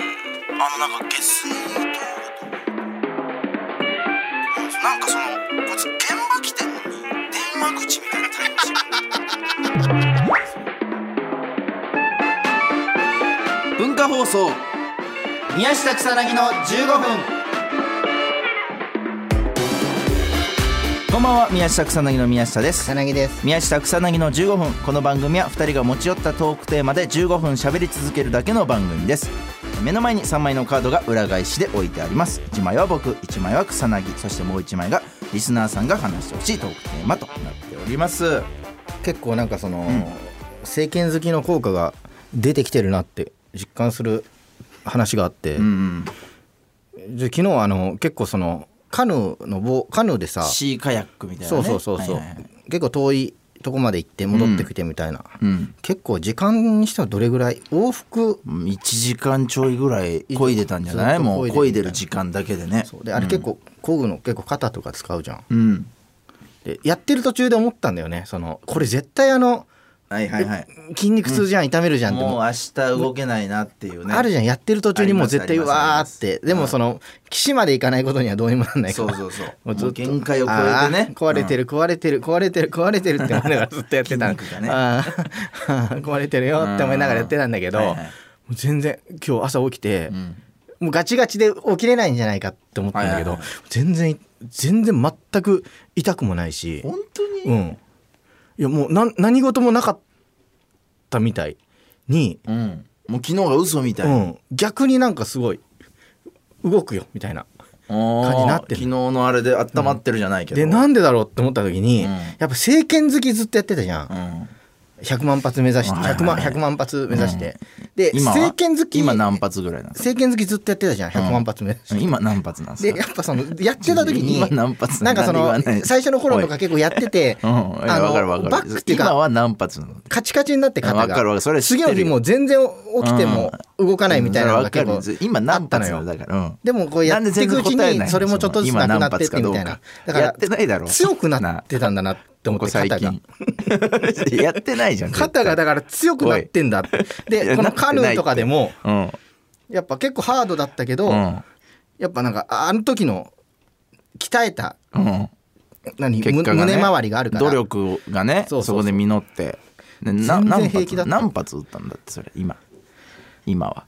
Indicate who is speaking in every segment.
Speaker 1: 頭の中下水道だとなんかそのこいつ現場来てんのに電話口みたいな対応してる
Speaker 2: 文化放送宮下草薙の15分こんばんは宮下草薙の宮下です
Speaker 3: 草薙です
Speaker 2: 宮下草薙の15分この番組は2人が持ち寄ったトークテーマで15分喋り続けるだけの番組です目の前に3枚のカードが裏返しで置いてあります1枚は僕1枚は草薙そしてもう1枚がリスナーさんが話してほしいトークテーマとなっております
Speaker 3: 結構なんかその、政権好きの効果が出てきてるなって実感する話があって、
Speaker 2: うん
Speaker 3: で昨日あの結構そのカヌーの棒カヌーでさ、
Speaker 2: シーカヤックみたいな
Speaker 3: そ
Speaker 2: ね
Speaker 3: うそうそうそう、
Speaker 2: はいはいはい
Speaker 3: 結構遠いとこまで行って戻ってきてみたいな、
Speaker 2: うん
Speaker 3: 結構時間にしてはどれぐらい往復
Speaker 2: 1時間ちょいぐらい漕いでたんじゃない
Speaker 3: ずっと
Speaker 2: も
Speaker 3: 漕
Speaker 2: う
Speaker 3: いでるみたい
Speaker 2: 漕いでる
Speaker 3: な
Speaker 2: 時間だけでね
Speaker 3: そうであれ結構工具の結構肩とか使うじゃん
Speaker 2: うん
Speaker 3: でやってる途中で思ったんだよねそのこれ絶対あの
Speaker 2: はいはいはい
Speaker 3: 筋肉痛じゃん痛めるじゃんって
Speaker 2: もう明日動けないなっていうね
Speaker 3: あるじゃんやってる途中にもう絶対
Speaker 2: あります
Speaker 3: わ
Speaker 2: ありま
Speaker 3: ー
Speaker 2: す
Speaker 3: ってでもその岸まで行かないことにはどうにもなんないか
Speaker 2: そう
Speaker 3: ら
Speaker 2: そうそう
Speaker 3: もうず
Speaker 2: も
Speaker 3: っ
Speaker 2: う
Speaker 3: と
Speaker 2: 限界を超えてね
Speaker 3: あー壊れてる壊れてる壊れてる壊れて るって思いながらずっとやってた
Speaker 2: 筋肉がね
Speaker 3: あー 壊れてるよって思いながらやってたんだけど、
Speaker 2: うんはい
Speaker 3: も
Speaker 2: はいう
Speaker 3: 全然今日朝起きて、
Speaker 2: ん
Speaker 3: もうガチガチで起きれないんじゃないかって思ったんだけど、
Speaker 2: はいはい
Speaker 3: 全然全然全く痛くもないし
Speaker 2: 本当に、
Speaker 3: うんいやもうなん何事もなかったみたいに
Speaker 2: うんもう昨日が嘘みたいうな、
Speaker 3: ん、逆になんかすごい動くよみたいな
Speaker 2: おー
Speaker 3: 感じになってる
Speaker 2: 昨日のあれで温まってるじゃないけど、
Speaker 3: でなんでだろうって思った時に、
Speaker 2: うん
Speaker 3: やっぱ政権好きずっとやってたじゃん、
Speaker 2: うん
Speaker 3: 100万発目指して
Speaker 2: はいはい
Speaker 3: 100万 ,100 万発目指して、で
Speaker 2: 今は
Speaker 3: 政権好き
Speaker 2: 今何発ぐらいなんです
Speaker 3: 政権好きずっとやってたじゃん100万発目指して、
Speaker 2: か今何発なんです
Speaker 3: で
Speaker 2: か
Speaker 3: やっぱそのやってた時に
Speaker 2: 今何発
Speaker 3: なんかその
Speaker 2: 何で言わない
Speaker 3: 最初の頃とか結構やってて、
Speaker 2: うん、いやわかるわかる
Speaker 3: バックっていうか
Speaker 2: 今は何発なの
Speaker 3: カチカチになって肩が
Speaker 2: わかるわかるそれ知って
Speaker 3: 次
Speaker 2: る
Speaker 3: の日もう全然起きても動かないみたいなのが結
Speaker 2: うん
Speaker 3: 構
Speaker 2: わかる今何
Speaker 3: あったの
Speaker 2: 発な
Speaker 3: よ
Speaker 2: のだから、うん
Speaker 3: でもこうやっていくうち
Speaker 2: なんで全然答えな
Speaker 3: に
Speaker 2: い
Speaker 3: それもちょっとずつなくなってってみた
Speaker 2: その今
Speaker 3: いな
Speaker 2: 何発かどうか
Speaker 3: だから
Speaker 2: やってないだろ
Speaker 3: 強くなってたんだなって思
Speaker 2: こ
Speaker 3: っ
Speaker 2: こ最
Speaker 3: て肩が
Speaker 2: 近 やってないじゃん
Speaker 3: 肩がだから強くなってんだ
Speaker 2: いや
Speaker 3: でこのカヌーとかでも
Speaker 2: うん
Speaker 3: やっぱ結構ハードだったけど、
Speaker 2: うん
Speaker 3: やっぱなんかああの時の鍛えた
Speaker 2: うん
Speaker 3: 何、
Speaker 2: 結
Speaker 3: む
Speaker 2: 果がね
Speaker 3: 胸周りがあるから
Speaker 2: 努力がね
Speaker 3: そ
Speaker 2: そう
Speaker 3: そうそう
Speaker 2: こで実ってねな
Speaker 3: 全然
Speaker 2: 何
Speaker 3: 平気
Speaker 2: 発
Speaker 3: だった
Speaker 2: 何発打ったんだってそれ今今は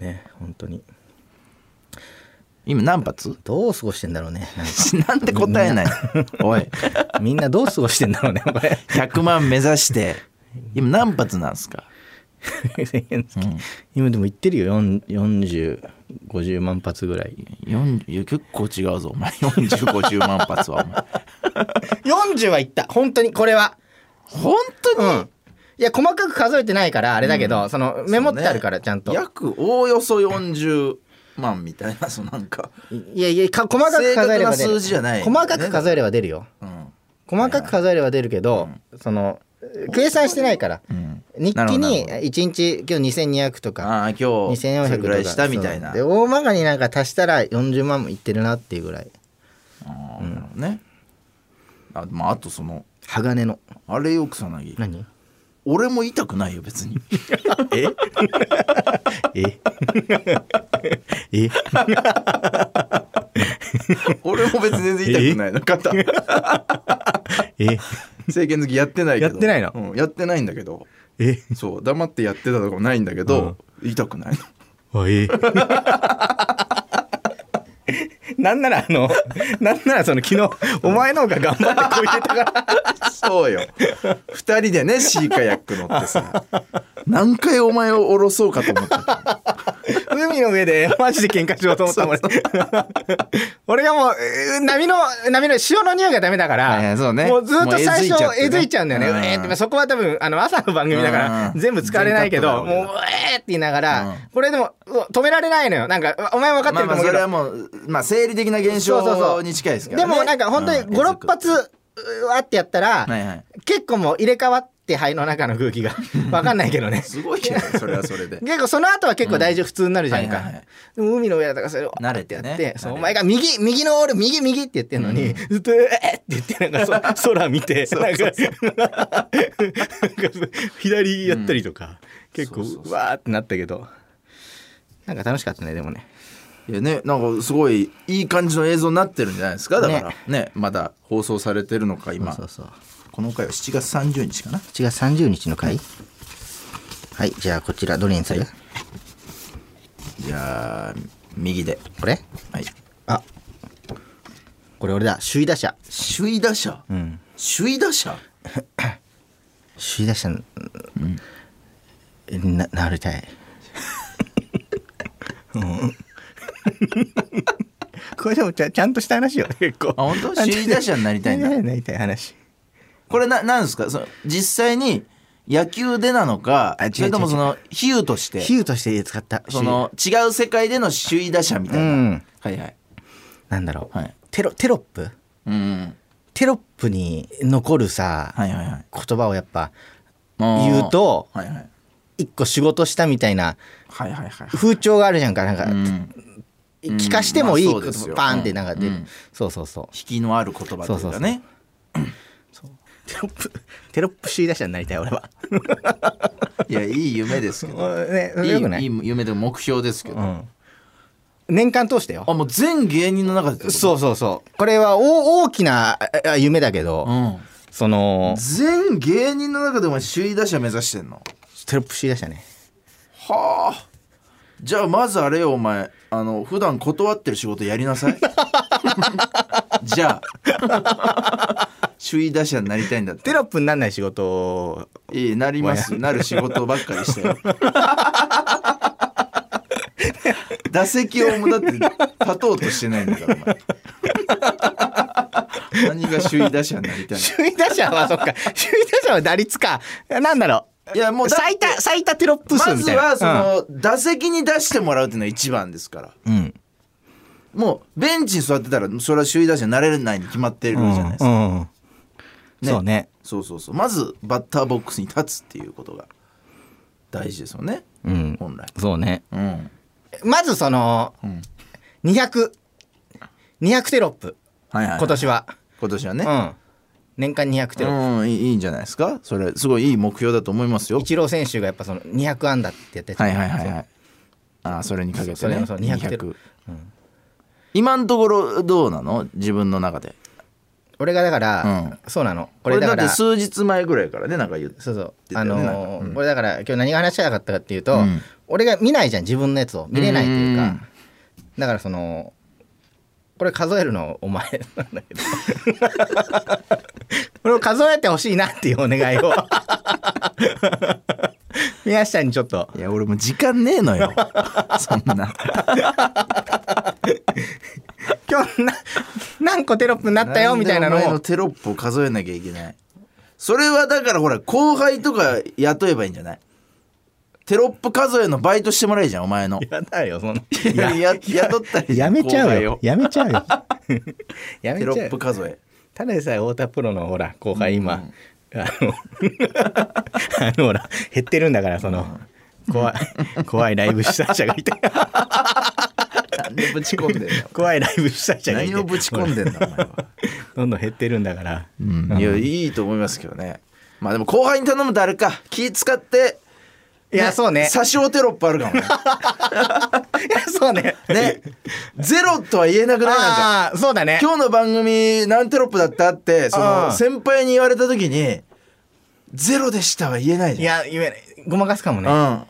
Speaker 3: ね本当に
Speaker 2: 今何発
Speaker 3: どう過ごしてんだろうねなんか
Speaker 2: なんで答えないおい
Speaker 3: みんなどう過ごしてんだろうねこ れ
Speaker 2: 100万目指して今何発なんすか
Speaker 3: 今でも言ってるよ4050万発ぐらい
Speaker 2: 40いや結構違うぞお前4050万発はお前
Speaker 3: 40はいった本当にこれは
Speaker 2: 本当
Speaker 3: う
Speaker 2: に、
Speaker 3: んいや細かく数えてないからあれだけど、そのメモってあるからちゃんと、
Speaker 2: 約おおよそ40万みたいなそうなんか、
Speaker 3: いやいやか細かく数え
Speaker 2: 正
Speaker 3: れば出
Speaker 2: 確な
Speaker 3: る
Speaker 2: 数字じゃないよね
Speaker 3: 細かく数えれば出るよ
Speaker 2: うん
Speaker 3: 細かく数えれば出るけど、その計算してないから、
Speaker 2: うん、
Speaker 3: 日
Speaker 2: なる
Speaker 3: 記
Speaker 2: ほどな
Speaker 3: に
Speaker 2: るほど
Speaker 3: 1日今日2200とか
Speaker 2: ああ今日
Speaker 3: 2400と
Speaker 2: そ
Speaker 3: か
Speaker 2: れぐらいしたみたいな
Speaker 3: そうで大まかになんか足したら40万もいってるなっていうぐらい
Speaker 2: あーなるほどねあ,、まあ、あとその
Speaker 3: 鋼の
Speaker 2: あれよ草薙
Speaker 3: 何
Speaker 2: 俺も痛くないよ別に
Speaker 3: えええ
Speaker 2: 俺も別に全然痛くないの肩
Speaker 3: え
Speaker 2: 政権好きやってないけど
Speaker 3: やってないの
Speaker 2: うん、やってないんだけど
Speaker 3: え
Speaker 2: そう黙ってやってたとかもないんだけど、痛くないの
Speaker 3: あええ なんならあのなんならその昨日お前の方が頑張ってこいでたから
Speaker 2: そうよ二人でねシーカヤック乗って さ何回お前を降ろそうかと思った
Speaker 3: 海の上で マジで喧嘩しようと思ったもん俺 俺がもうえー波の波の潮の匂いがダメだから、
Speaker 2: はいはいそうね
Speaker 3: もうずっと最
Speaker 2: もう
Speaker 3: 初え
Speaker 2: え
Speaker 3: ず
Speaker 2: ず
Speaker 3: い
Speaker 2: い
Speaker 3: ち
Speaker 2: ち
Speaker 3: ゃ
Speaker 2: ゃ
Speaker 3: う
Speaker 2: うんん
Speaker 3: だ
Speaker 2: だ
Speaker 3: よ
Speaker 2: よ
Speaker 3: ね、
Speaker 2: ね
Speaker 3: うえーってまあそこは多分あの朝の番組だから
Speaker 2: うん
Speaker 3: 全部使われないけど
Speaker 2: 全カットだろ
Speaker 3: も
Speaker 2: う
Speaker 3: う
Speaker 2: けど
Speaker 3: えーって言いながら、
Speaker 2: うん
Speaker 3: これでもうわ止められないのよなんかお前分かって
Speaker 2: まあ
Speaker 3: る
Speaker 2: まあそれ
Speaker 3: と思うけど、
Speaker 2: はもうまあ生理的な現
Speaker 3: そうそうそ
Speaker 2: 象
Speaker 3: う
Speaker 2: に近いですから、
Speaker 3: で
Speaker 2: ね、
Speaker 3: もなんか本当に
Speaker 2: うん
Speaker 3: 56発うわってやったら、
Speaker 2: はいはい
Speaker 3: 結構もう入れ替わって肺の中の空 気が分かんないけどね
Speaker 2: すごいけどそれはそれで
Speaker 3: 結構その後は結構大丈夫、普通になるじゃんか、
Speaker 2: はいはいはい
Speaker 3: でも海の上だからそれを
Speaker 2: 慣れてね
Speaker 3: やってそう
Speaker 2: 慣れて
Speaker 3: お前が右右の俺右右って言ってんのに、ずっと「えーっ!」って言ってなんか そ空見てなんかなんか 左やったりとか、結構
Speaker 2: そうそうそう
Speaker 3: わーってなったけどなんか楽しかったねでもね
Speaker 2: いやねなんかすごいいい感じの映像になってるんじゃないですかだからね
Speaker 3: ね
Speaker 2: まだ放送されてるのか今
Speaker 3: そうそうそう
Speaker 2: この回は7月30日かな
Speaker 3: 7月30日の回はいじゃあこちらどれにする、
Speaker 2: じゃあ右で
Speaker 3: これ
Speaker 2: はい
Speaker 3: あこれ俺だ首位打者
Speaker 2: 首位打者、
Speaker 3: ん
Speaker 2: 首位打者
Speaker 3: 首位打者のななりたい これでもちゃちゃんとした話よ結構あ
Speaker 2: 本当首位打者になりたいんだ
Speaker 3: なりたい話
Speaker 2: これななんですかその実際に野球でなのか
Speaker 3: あ違う
Speaker 2: それとも
Speaker 3: 違う
Speaker 2: その比喩として
Speaker 3: 比喩として使った
Speaker 2: その違う世界での首位打者みたいな、
Speaker 3: うん
Speaker 2: はいはい
Speaker 3: なんだろう、
Speaker 2: はい
Speaker 3: テロテロップ
Speaker 2: うん
Speaker 3: テロップに残るさ、
Speaker 2: はいはいはい
Speaker 3: 言葉をやっぱ
Speaker 2: あー
Speaker 3: 言うと
Speaker 2: はいはい
Speaker 3: 一個仕事したみたいな
Speaker 2: はいはいはい
Speaker 3: 風潮があるじゃんかなんか、
Speaker 2: うん
Speaker 3: 聞かしてもいい
Speaker 2: うんま
Speaker 3: こ
Speaker 2: あそう
Speaker 3: と
Speaker 2: ですよ
Speaker 3: バーンってなんか出
Speaker 2: う
Speaker 3: る、
Speaker 2: ん
Speaker 3: そうそうそう
Speaker 2: 引きのある言葉という
Speaker 3: そうそ
Speaker 2: か
Speaker 3: うそ
Speaker 2: ね
Speaker 3: テロップ テロップ首位打者になりたい俺は
Speaker 2: いやいい夢 ですけど
Speaker 3: ね
Speaker 2: い
Speaker 3: よくない
Speaker 2: いいい夢でも目標ですけど、
Speaker 3: うん、年間通してよ
Speaker 2: あもう全芸人の中でってこと
Speaker 3: そうそうそうこれは大大きなああ夢だけど、
Speaker 2: うん
Speaker 3: その
Speaker 2: 全芸人の中でお前首位打者目指してんの
Speaker 3: テロップ首位打者ね
Speaker 2: はあじゃあまずあれよお前あの普段断ってる仕事やりな さいじゃあ 首位打者になりたいんだって
Speaker 3: テロップになんない仕事 を
Speaker 2: いいなりますなる仕事ばっかりしてよ 打席をもうだって立とうとしてないんだからお前何が首位打者になり たい
Speaker 3: 首位打者はそっか首位打者は打率かなんだろ
Speaker 2: のいやも
Speaker 3: う
Speaker 2: うだって
Speaker 3: 最多最多テロップ数
Speaker 2: ま
Speaker 3: み
Speaker 2: ず
Speaker 3: たいな
Speaker 2: はそ、の、打席に出してもらうっていうのが一番ですから
Speaker 3: うんうん
Speaker 2: もうベンチに座ってたらそれは首位打者になれないに決まってるじゃないですか、
Speaker 3: うんうん
Speaker 2: ね
Speaker 3: そうね
Speaker 2: そうそうそうまずバッターボックスに立つっていうことが大事ですよね
Speaker 3: うん
Speaker 2: 本来
Speaker 3: そうね
Speaker 2: うん
Speaker 3: まずその
Speaker 2: うん
Speaker 3: 200200テロップ
Speaker 2: はいはい
Speaker 3: 今年は、
Speaker 2: 今年はね、
Speaker 3: うん年間200テロッ
Speaker 2: うん、いいいいんじゃないですかそれすごいいい目標だと思いますよ
Speaker 3: プイチロー選手がやっぱその200安打ってやったやつ
Speaker 2: はいはいはいはいあーそれにかけて
Speaker 3: それ
Speaker 2: ね
Speaker 3: もそう200テロ
Speaker 2: 今のところどうなの自分の中で
Speaker 3: 俺がだから、そうなの俺だ
Speaker 2: だ
Speaker 3: か
Speaker 2: っ
Speaker 3: ら
Speaker 2: て
Speaker 3: そう
Speaker 2: 数日前ぐらいからねなんか言って
Speaker 3: そう
Speaker 2: た
Speaker 3: あ
Speaker 2: よね
Speaker 3: の
Speaker 2: なん
Speaker 3: ー
Speaker 2: かうん
Speaker 3: 俺だから今日何が話したかったかっていうと、
Speaker 2: うん
Speaker 3: 俺が見ないじゃん自分のやつを見れないという
Speaker 2: う
Speaker 3: か
Speaker 2: ん
Speaker 3: だからそのこれ数えるのお前なんだけ どこれを数えてほしいなっていうお願いを宮下にちょっと
Speaker 2: いや俺もう時間ねえ のよそんな
Speaker 3: 今日な何個テロップになったよみたいなの
Speaker 2: んでお前の
Speaker 3: を
Speaker 2: テロップを数えなきゃいけないそれはだからほら後輩とか雇えばいいんじゃないテロップ数えのバイトしてもらえじゃんお前の
Speaker 3: やだよそんない
Speaker 2: やや雇ったり
Speaker 3: やめちゃう
Speaker 2: 後輩
Speaker 3: よ
Speaker 2: を。
Speaker 3: やめちゃうよ。 やめ
Speaker 2: テロ
Speaker 3: ちゃ
Speaker 2: ップ
Speaker 3: うよ。
Speaker 2: 数え
Speaker 3: ただでさえ太田プロのほら後輩今、あの あのほら減ってるんだからその、怖い怖いライブ主催 者がいて
Speaker 2: なんでぶち込んでんだ
Speaker 3: 怖いライブ主催者がいて
Speaker 2: 何をぶち込んでんだお前は、
Speaker 3: どんどん減ってるんだから、
Speaker 2: いやいいと思いますけどねまあでも後輩に頼むとあれか気使って
Speaker 3: いやそうね
Speaker 2: 差しテロップあるかもね
Speaker 3: いやそうね
Speaker 2: ねゼロとは言えなくないなんか
Speaker 3: ああーそうだね
Speaker 2: 今日の番組何テロップだったってそ
Speaker 3: あ
Speaker 2: の
Speaker 3: ー
Speaker 2: 先輩に言われた時に「ゼロでした」は言えない
Speaker 3: い
Speaker 2: じゃん。
Speaker 3: や言えないごまかすかもね
Speaker 2: うん、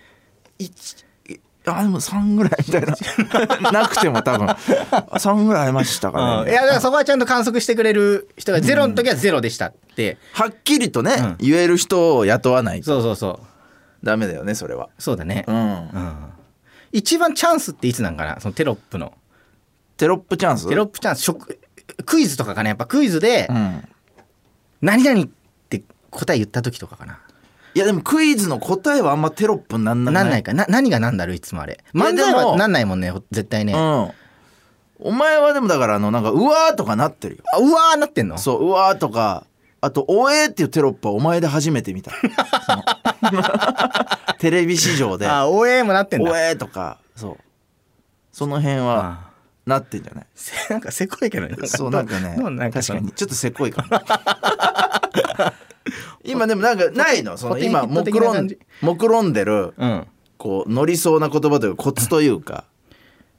Speaker 2: 一いあでも3ぐらいみたいな なくても多分3ぐらいありましたか
Speaker 3: うんい
Speaker 2: ね
Speaker 3: やだからそこはちゃんと観測してくれる人がゼロの時はゼロでしたって、
Speaker 2: はっきりとね、
Speaker 3: うん
Speaker 2: 言える人を雇わないと
Speaker 3: そうそうそう
Speaker 2: ダメだよねそれは、
Speaker 3: そうだね、
Speaker 2: うん、
Speaker 3: うん一番チャンスっていつなんかなそのテロップの
Speaker 2: テロップチャンス
Speaker 3: テロップチャンス食クイズとかかなやっぱクイズで
Speaker 2: うん、
Speaker 3: 「何々」って答え言った時とかかな、
Speaker 2: いやでもクイズの答えはあんまテロップになんなく
Speaker 3: なんないかな何が何だろういつもあれ漫才
Speaker 2: でも
Speaker 3: はなんないもんね絶対ね、あ
Speaker 2: うん、お前はでもだからあのなんか「うわ」ーとかなってるよ
Speaker 3: うわーなってんの
Speaker 2: そう、うわーとか、あと、おえーっていうテロップはお前で初めて見た。そ のテレビ史上で、
Speaker 3: あ応援もなってんだ
Speaker 2: おえーとか、そう。その辺は、
Speaker 3: あ
Speaker 2: なってんじゃない
Speaker 3: せなんかせこいけどね
Speaker 2: そう、なんかね
Speaker 3: どう なん、か
Speaker 2: 確
Speaker 3: そ
Speaker 2: か
Speaker 3: の
Speaker 2: に、ちょっとせっこいか も。今でもなんかないのその
Speaker 3: 古典
Speaker 2: 今
Speaker 3: ヒット
Speaker 2: 目
Speaker 3: 的な
Speaker 2: 論
Speaker 3: 感
Speaker 2: ん
Speaker 3: じ
Speaker 2: 目論んでる
Speaker 3: うん
Speaker 2: こう乗りそうな言葉というかコツというか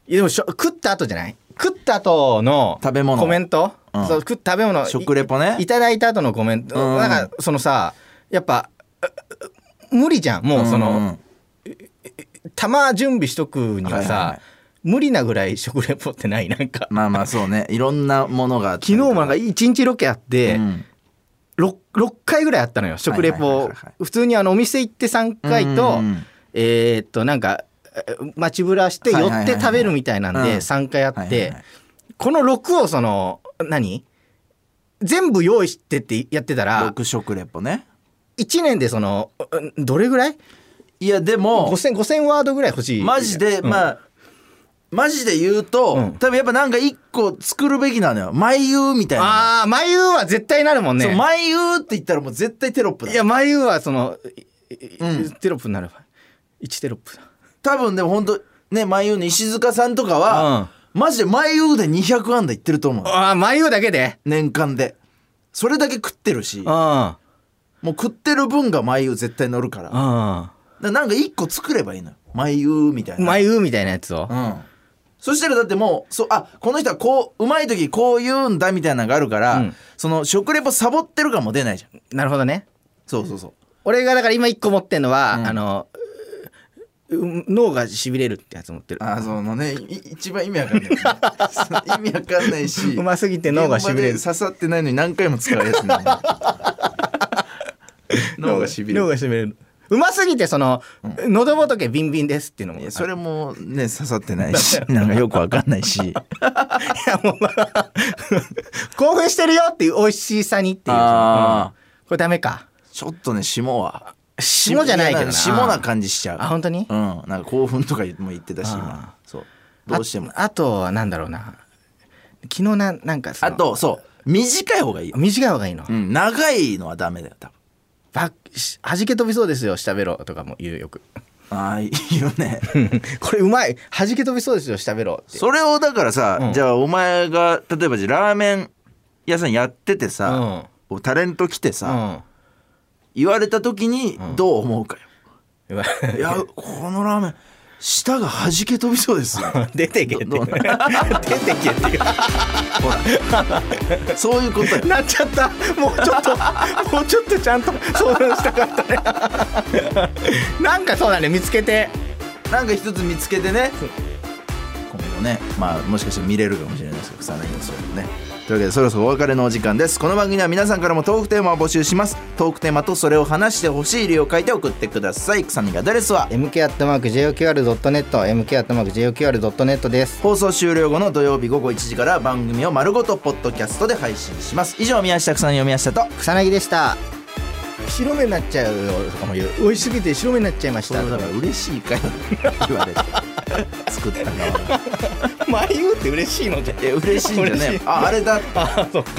Speaker 3: いやでもしょ食った後じゃない食った後の
Speaker 2: 食べ物
Speaker 3: コメント、
Speaker 2: うん
Speaker 3: そう食っ食べ物
Speaker 2: 食レポね
Speaker 3: いいただいた後のコメント、
Speaker 2: うん
Speaker 3: なんかそのさやっぱうう無理じゃんもうその、
Speaker 2: ん
Speaker 3: 玉準備しとくにはさ、
Speaker 2: はいはいはい
Speaker 3: 無理なぐらい食レポってないなんか
Speaker 2: まあまあそう ねいろんなものがあった
Speaker 3: 昨
Speaker 2: り
Speaker 3: 日
Speaker 2: と
Speaker 3: もなんか1日ロケあって、
Speaker 2: うん
Speaker 3: 六六 6, 回ぐらいあったのよ食レポ、
Speaker 2: はいはいはいはい
Speaker 3: 普通にあのお店行って3回と、
Speaker 2: うんうんうん
Speaker 3: えーっとなんかえ街ぶらして
Speaker 2: はい
Speaker 3: 寄
Speaker 2: はいはい
Speaker 3: っ
Speaker 2: はい
Speaker 3: て食べるみたいなん
Speaker 2: うん
Speaker 3: で3回
Speaker 2: は
Speaker 3: あ
Speaker 2: い
Speaker 3: っ
Speaker 2: はい
Speaker 3: て
Speaker 2: はい
Speaker 3: この6をその何全部用意してってやってたら
Speaker 2: 六食レポね
Speaker 3: 1年でそのうんどれぐらい
Speaker 2: いやでも
Speaker 3: ?5000 5000ワードぐらい欲しい
Speaker 2: マジで、
Speaker 3: うん
Speaker 2: まあマジで言うと、
Speaker 3: うん
Speaker 2: 多分やっぱなんか一個作るべきなのよ眉優みたいな、
Speaker 3: ああ眉は絶対なるもん
Speaker 2: そう
Speaker 3: ね
Speaker 2: 眉優って言ったらもう絶対テロップだ
Speaker 3: いや眉はそのいい
Speaker 2: うん
Speaker 3: テロップになれば1テロップだ
Speaker 2: 多分でも本当ね眉優の石塚さんとかは、マジで眉優で200安打いってると思う
Speaker 3: ああ眉だけで
Speaker 2: 年間でそれだけ食ってるし
Speaker 3: うんうん
Speaker 2: もう食ってる分が眉優絶対乗るからだからなんか一個作ればいいのよ眉優みたいな
Speaker 3: 眉みたいなやつを
Speaker 2: うん、そしたらだってもうそうあこの人はこううまい時こう言うんだみたいなのがあるから、
Speaker 3: うん
Speaker 2: その食レポサボってる感も出ないじゃん
Speaker 3: なるほどね
Speaker 2: そうそうそう
Speaker 3: 俺がだから今一個持ってんのは、
Speaker 2: うん
Speaker 3: あのうう脳がしびれるってやつ持ってる
Speaker 2: あそのねい一番意味わ かんない、ね、意味わかんないし
Speaker 3: うますぎて脳がしびれる
Speaker 2: 現場で刺さってないのに何回も使うやつなの脳がしびれ
Speaker 3: 脳
Speaker 2: る
Speaker 3: がしびれるうますぎてその「喉仏ビンビンです」っていうのも
Speaker 2: いやそれもね刺さってない しなんかよくわかんないし
Speaker 3: いやもうまあ興奮してるよっていう美味しさにっていう
Speaker 2: あ
Speaker 3: うんこれダメか
Speaker 2: ちょっとね霜は
Speaker 3: 霜じゃないけどな
Speaker 2: 霜な感じしちゃう
Speaker 3: あ本当に
Speaker 2: うんなんか興奮とかも言ってたし今
Speaker 3: あ
Speaker 2: そうどうしても
Speaker 3: ああとはなんだろうな昨日なんなんかそ
Speaker 2: あ
Speaker 3: の
Speaker 2: とそう短い方がいいよ、
Speaker 3: 短い方がいいの、
Speaker 2: うん、長いのはダメだよ多分
Speaker 3: ばし弾け飛びそうですよ下ベロとかも言うよく
Speaker 2: ああいいよね
Speaker 3: これうまい弾け飛びそうですよ下ベロっ て
Speaker 2: それをだからさ、
Speaker 3: うん
Speaker 2: じゃあお前が例えばじゃあラーメン屋さんやっててさ、こうタレント来て
Speaker 3: う
Speaker 2: さ、
Speaker 3: ん、うん
Speaker 2: 言われた時に
Speaker 3: うん
Speaker 2: どう思うかよ、
Speaker 3: うわ
Speaker 2: いやこのラーメン舌が弾け飛びそうです よ
Speaker 3: 出てけって
Speaker 2: ど う
Speaker 3: 出てけって
Speaker 2: そういうことよ
Speaker 3: なっちゃったもうちょっともうちょっとちゃんと相談したかったね なんかそうだね見つけて
Speaker 2: なんか一つ見つけてね今後ねまあもしかして見れるかもしれないですけど草薙のそういうのねというわけでそろそろお別れのお時間ですこの番組では皆さんからもトークテーマを募集しますトークテーマとそれを話してほしい理由を書いて送ってください草薙アドレスは
Speaker 3: mk.joqr.net mk.joqr.net です
Speaker 2: 放送終了後の土曜日午後1時から番組を丸ごとポッドキャストで配信します以上宮下草薙を宮下と
Speaker 3: 草薙でした白目になっちゃうよとかも言う美味しすぎて白目になっちゃいまし
Speaker 2: それ
Speaker 3: た
Speaker 2: はだから嬉しいかよって言われて 作った側が
Speaker 3: 前言うって嬉しいのじゃ
Speaker 2: え嬉しいんじゃね
Speaker 3: 嬉しい
Speaker 2: ああれだ
Speaker 3: ああそっか